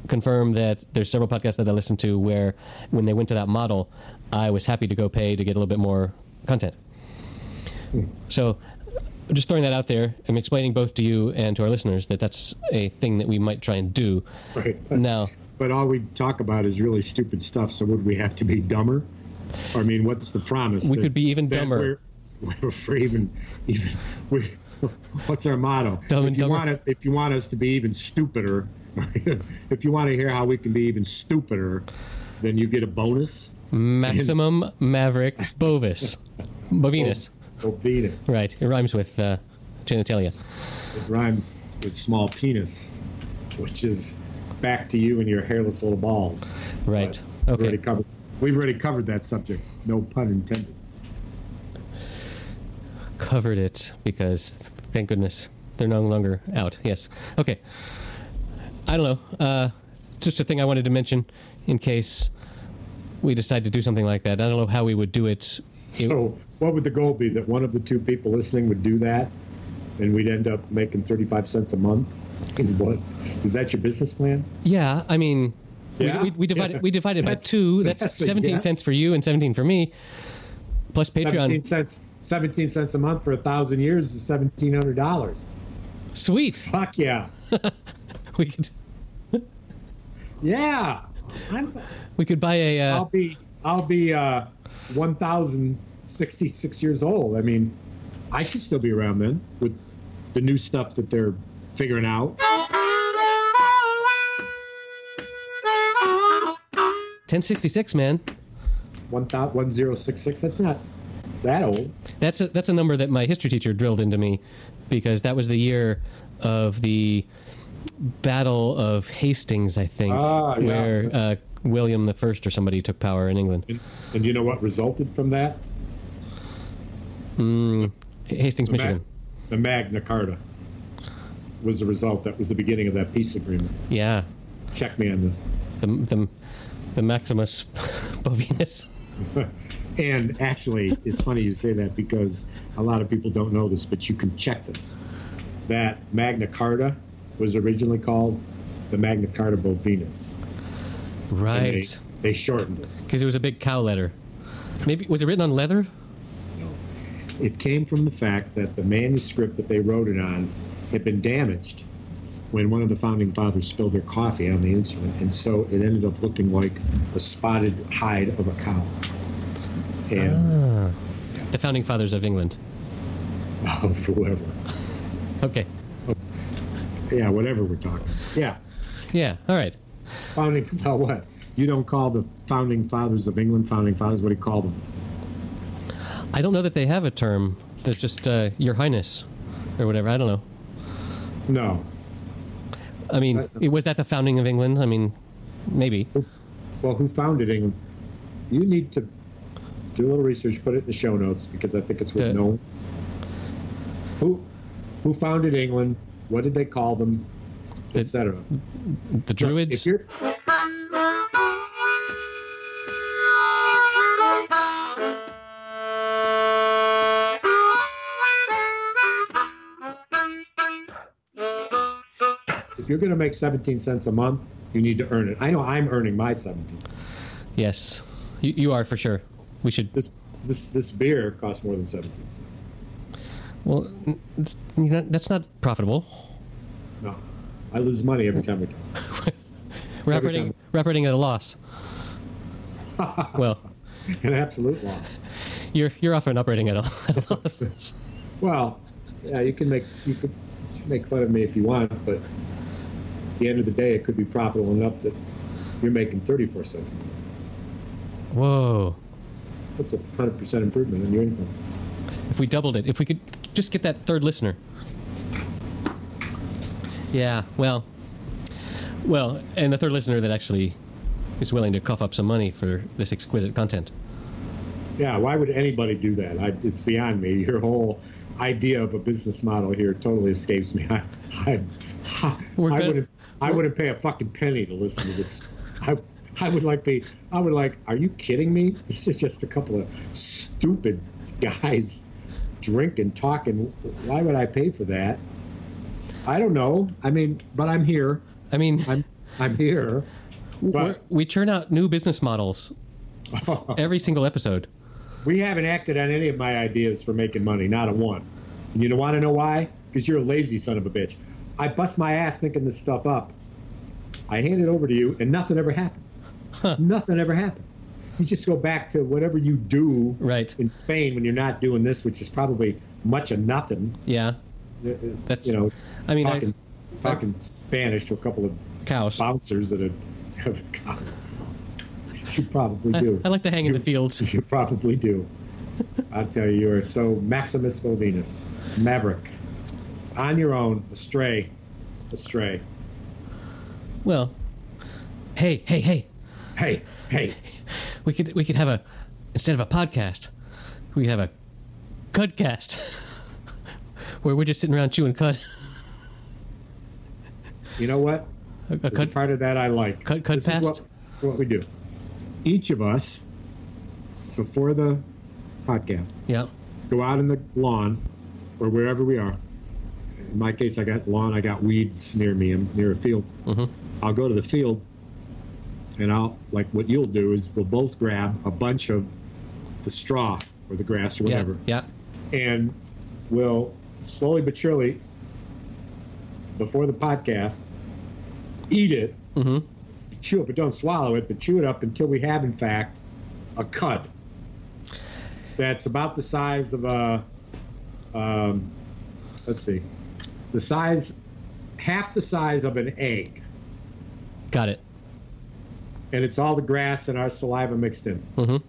A: confirm that there's several podcasts that I listen to where when they went to that model, I was happy to go pay to get a little bit more content. So. I'm Just throwing that out there, I'm explaining both to you and to our listeners that that's a thing that we might try and do.
B: Right.
A: Now,
B: But all we talk about is really stupid stuff. So would we have to be dumber? I mean, what's the promise?
A: We could be even
B: that
A: dumber.
B: We're, we're even, even. We, what's our motto?
A: Dumb and
B: if you
A: dumber.
B: want to, if you want us to be even stupider, if you want to hear how we can be even stupider, then you get a bonus.
A: maximum Maverick Bovis, Bovinus.
B: Oh, Venus.
A: Right. It rhymes with uh, genitalia.
B: It rhymes with small penis, which is back to you and your hairless little balls.
A: Right.
B: But We've
A: okay.
B: already covered, we've already covered that subject. No pun intended.
A: Covered it because thank goodness they're no longer out. Yes. Okay. I don't know. Uh, it's just a thing I wanted to mention in case we decide to do something like that. I don't know how we would do it. It-
B: So, what would the goal be? That one of the two people listening would do that, and we'd end up making thirty-five cents a month. And what is that your business plan?
A: yeah. I mean,
B: Yeah?
A: we, we, we divided we divided by
B: That's-
A: two. That's,
B: that's a
A: seventeen
B: yes.
A: cents for you and seventeen for me. Plus
B: Seventeen
A: Patreon.
B: cents, seventeen cents a month for a thousand years is seventeen hundred dollars.
A: Sweet.
B: Fuck yeah,
A: We could
B: yeah. I'm,
A: we could buy a. Uh,
B: I'll be, I'll be uh, one thousand sixty-six years old. I mean, I should still be around then with the new stuff that they're figuring out.
A: 1066, man.
B: One thousand one zero six six. That's not that old.
A: That's a, that's a number that my history teacher drilled into me, because that was the year of the Battle of Hastings, I think,
B: Ah, yeah.
A: where uh, William the First or somebody took power in England.
B: And, and you know what resulted from that?
A: Hastings,
B: Ma-
A: Michigan.
B: the Magna Carta was the result. That was the beginning of that peace agreement.
A: Yeah,
B: Check me on this.
A: the the, the Maximus Bovinus.
B: And actually, it's funny you say that because a lot of people don't know this, but you can check this. That Magna Carta was originally called the Magna Carta Bovinus. And they,
A: Right,
B: they shortened it.
A: because it was a big cow letter. Maybe was it written on leather?
B: It came from the fact that the manuscript that they wrote it on had been damaged when one of the founding fathers spilled their coffee on the instrument, and so it ended up looking like the spotted hide of a cow. And
A: The founding fathers of England.
B: of whoever.
A: Okay,
B: Yeah, whatever we're talking. Yeah.
A: yeah, all right.
B: Founding well what? You don't call the founding fathers of England founding fathers, what do you call them?
A: I don't know that they have a term. They're just uh, Your Highness, or whatever. I don't know.
B: No.
A: I mean, it- was that the founding of England? I mean, maybe.
B: Well, who founded England? You need to do a little research, put it in the show notes because I think it's worth
A: Yeah.
B: knowing. Who who founded England? What did they call them?
A: The-
B: Etc.
A: The
B: If
A: Druids?
B: you're if you're going to make 17 cents a month, you need to earn it. I know I'm earning my 17. Cents.
A: Yes. You, you are for sure. We should.
B: This this this beer costs more than 17 cents.
A: Well, n- n- n- that's not profitable.
B: No, I lose money every time we talk.
A: We're
B: Every
A: operating
B: time.
A: we're operating at a loss. well,
B: An absolute loss.
A: you're you're often operating at a, at a loss.
B: Well, yeah, you can make you could make fun of me if you want, but at the end of the day, it could be profitable enough that you're making 34 cents.
A: Whoa.
B: That's a 100% improvement in your income.
A: If we doubled it, if we could just get that third listener. Yeah, well, well, and the third listener that actually is willing to cough up some money for this exquisite content.
B: Yeah, why would anybody do that? I, it's beyond me. Your whole idea of a business model here totally escapes me. I, I, I,
A: We're good-
B: wouldn't. I
A: we're-
B: wouldn't pay a fucking penny to listen to this. I, I would like be. I would like. Are you kidding me? This is just a couple of stupid guys drinking, talking. Why would I pay for that? I don't know. I mean, but I'm here.
A: I mean,
B: I'm. I'm here.
A: we're, we churn out new business models every single episode.
B: We haven't acted on any of my ideas for making money, not a one. And you want to know why? Because you're a lazy son of a bitch. I bust my ass thinking this stuff up. I hand it over to you, and nothing ever happens. Nothing ever happened. You just go back to whatever you do
A: Right.
B: in Spain when you're not doing this, which is probably much of nothing.
A: Yeah.
B: Uh, uh,
A: That's-
B: you know,
A: I mean, I,
B: talking, talking Spanish to a couple of
A: cows. I,
B: bouncers that are cops. You probably do.
A: I like to hang in the fields.
B: You probably do. I'll tell you, you are so Maximus Venus, maverick, on your own, astray, astray.
A: Well, hey, hey, hey.
B: Hey, hey,
A: We could we could have a instead of a podcast, we could have a cudcast where we're just sitting around chewing cud.
B: you know what?
A: A, a
B: There's a
A: cud
B: part of that I like.
A: Cut- cut
B: this is what,
A: past?
B: this is what we do. Each of us, before the podcast,
A: yeah.
B: go out in the lawn or wherever we are. In my case, I got lawn, I got weeds near me, I'm near a field. I'll go to the field and I'll, like, what you'll do is we'll both grab a bunch of the straw or the grass or
A: Yeah.
B: whatever,
A: Yeah.
B: and we'll slowly but surely, before the podcast, eat it,
A: Mhm.
B: chew it, but don't swallow it, but chew it up until we have, in fact, a cud that's about the size of a, um, let's see, the size, half the size of an egg,
A: Got it.
B: and it's all the grass and our saliva mixed in.
A: Mhm.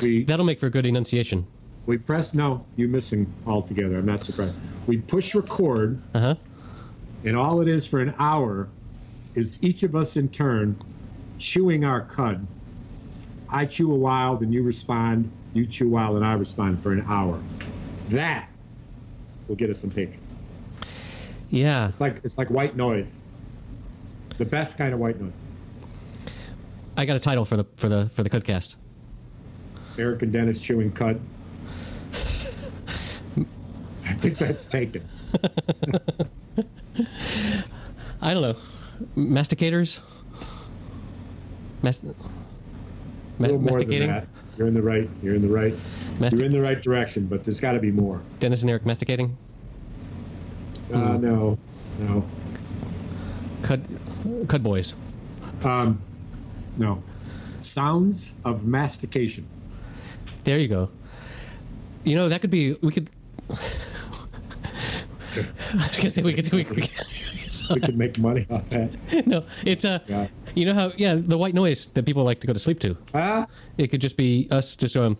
B: We
A: That'll make for good enunciation.
B: we press no, you're missing altogether. I'm not surprised. We push record.
A: Uh-huh.
B: and all it is for an hour is each of us in turn chewing our cud. I chew a while, then you respond. You chew a while, and I respond for an hour. That will get us some patrons.
A: Yeah.
B: It's like it's like white noise, the best kind of white noise.
A: I got a title for the for the for the cudcast.
B: Eric and Dennis chewing cud. I think that's taken.
A: I don't know. Masticators? Mas-
B: A
A: ma-
B: little more than
A: masticating?
B: that. You're in the right. You're in the right. You're
A: Mastic-
B: in the right direction, but there's got to be more.
A: Dennis and Eric masticating?
B: Uh, no, no.
A: Cud Cud boys.
B: Um, no. Sounds of mastication.
A: There you go. You know that could be we could. I was gonna say we could. We, could- we could-
B: We could make money off that.
A: no, it's uh,
B: Yeah.
A: you know how yeah the white noise that people like to go to sleep to.
B: Ah,
A: It could just be us just um.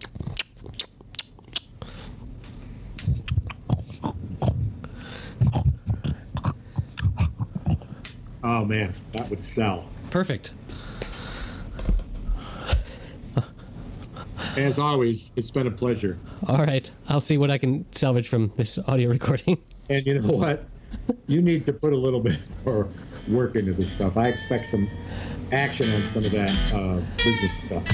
B: oh man, that would sell.
A: Perfect.
B: As always, it's been a pleasure.
A: All right, I'll see what I can salvage from this audio recording.
B: And you know what? You need to put a little bit more work into this stuff. I expect some action on some of that uh, business stuff.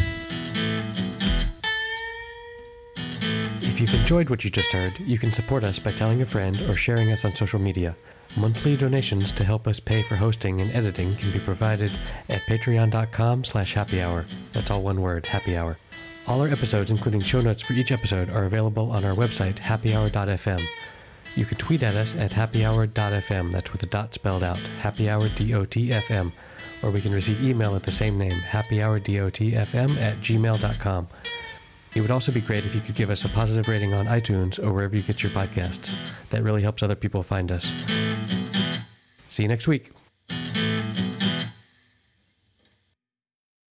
A: If you've enjoyed what you just heard, you can support us by telling a friend or sharing us on social media. Monthly donations to help us pay for hosting and editing can be provided at patreon.com slash happy hour. That's all one word, happy hour. All our episodes, including show notes for each episode, are available on our website, happyhour.fm. You can tweet at us at happyhour.fm. That's with a dot spelled out, happyhour.dot.fm. or we can receive email at the same name, happyhourdotfm at gmail.com. It would also be great if you could give us a positive rating on iTunes or wherever you get your podcasts. That really helps other people find us. See you next week.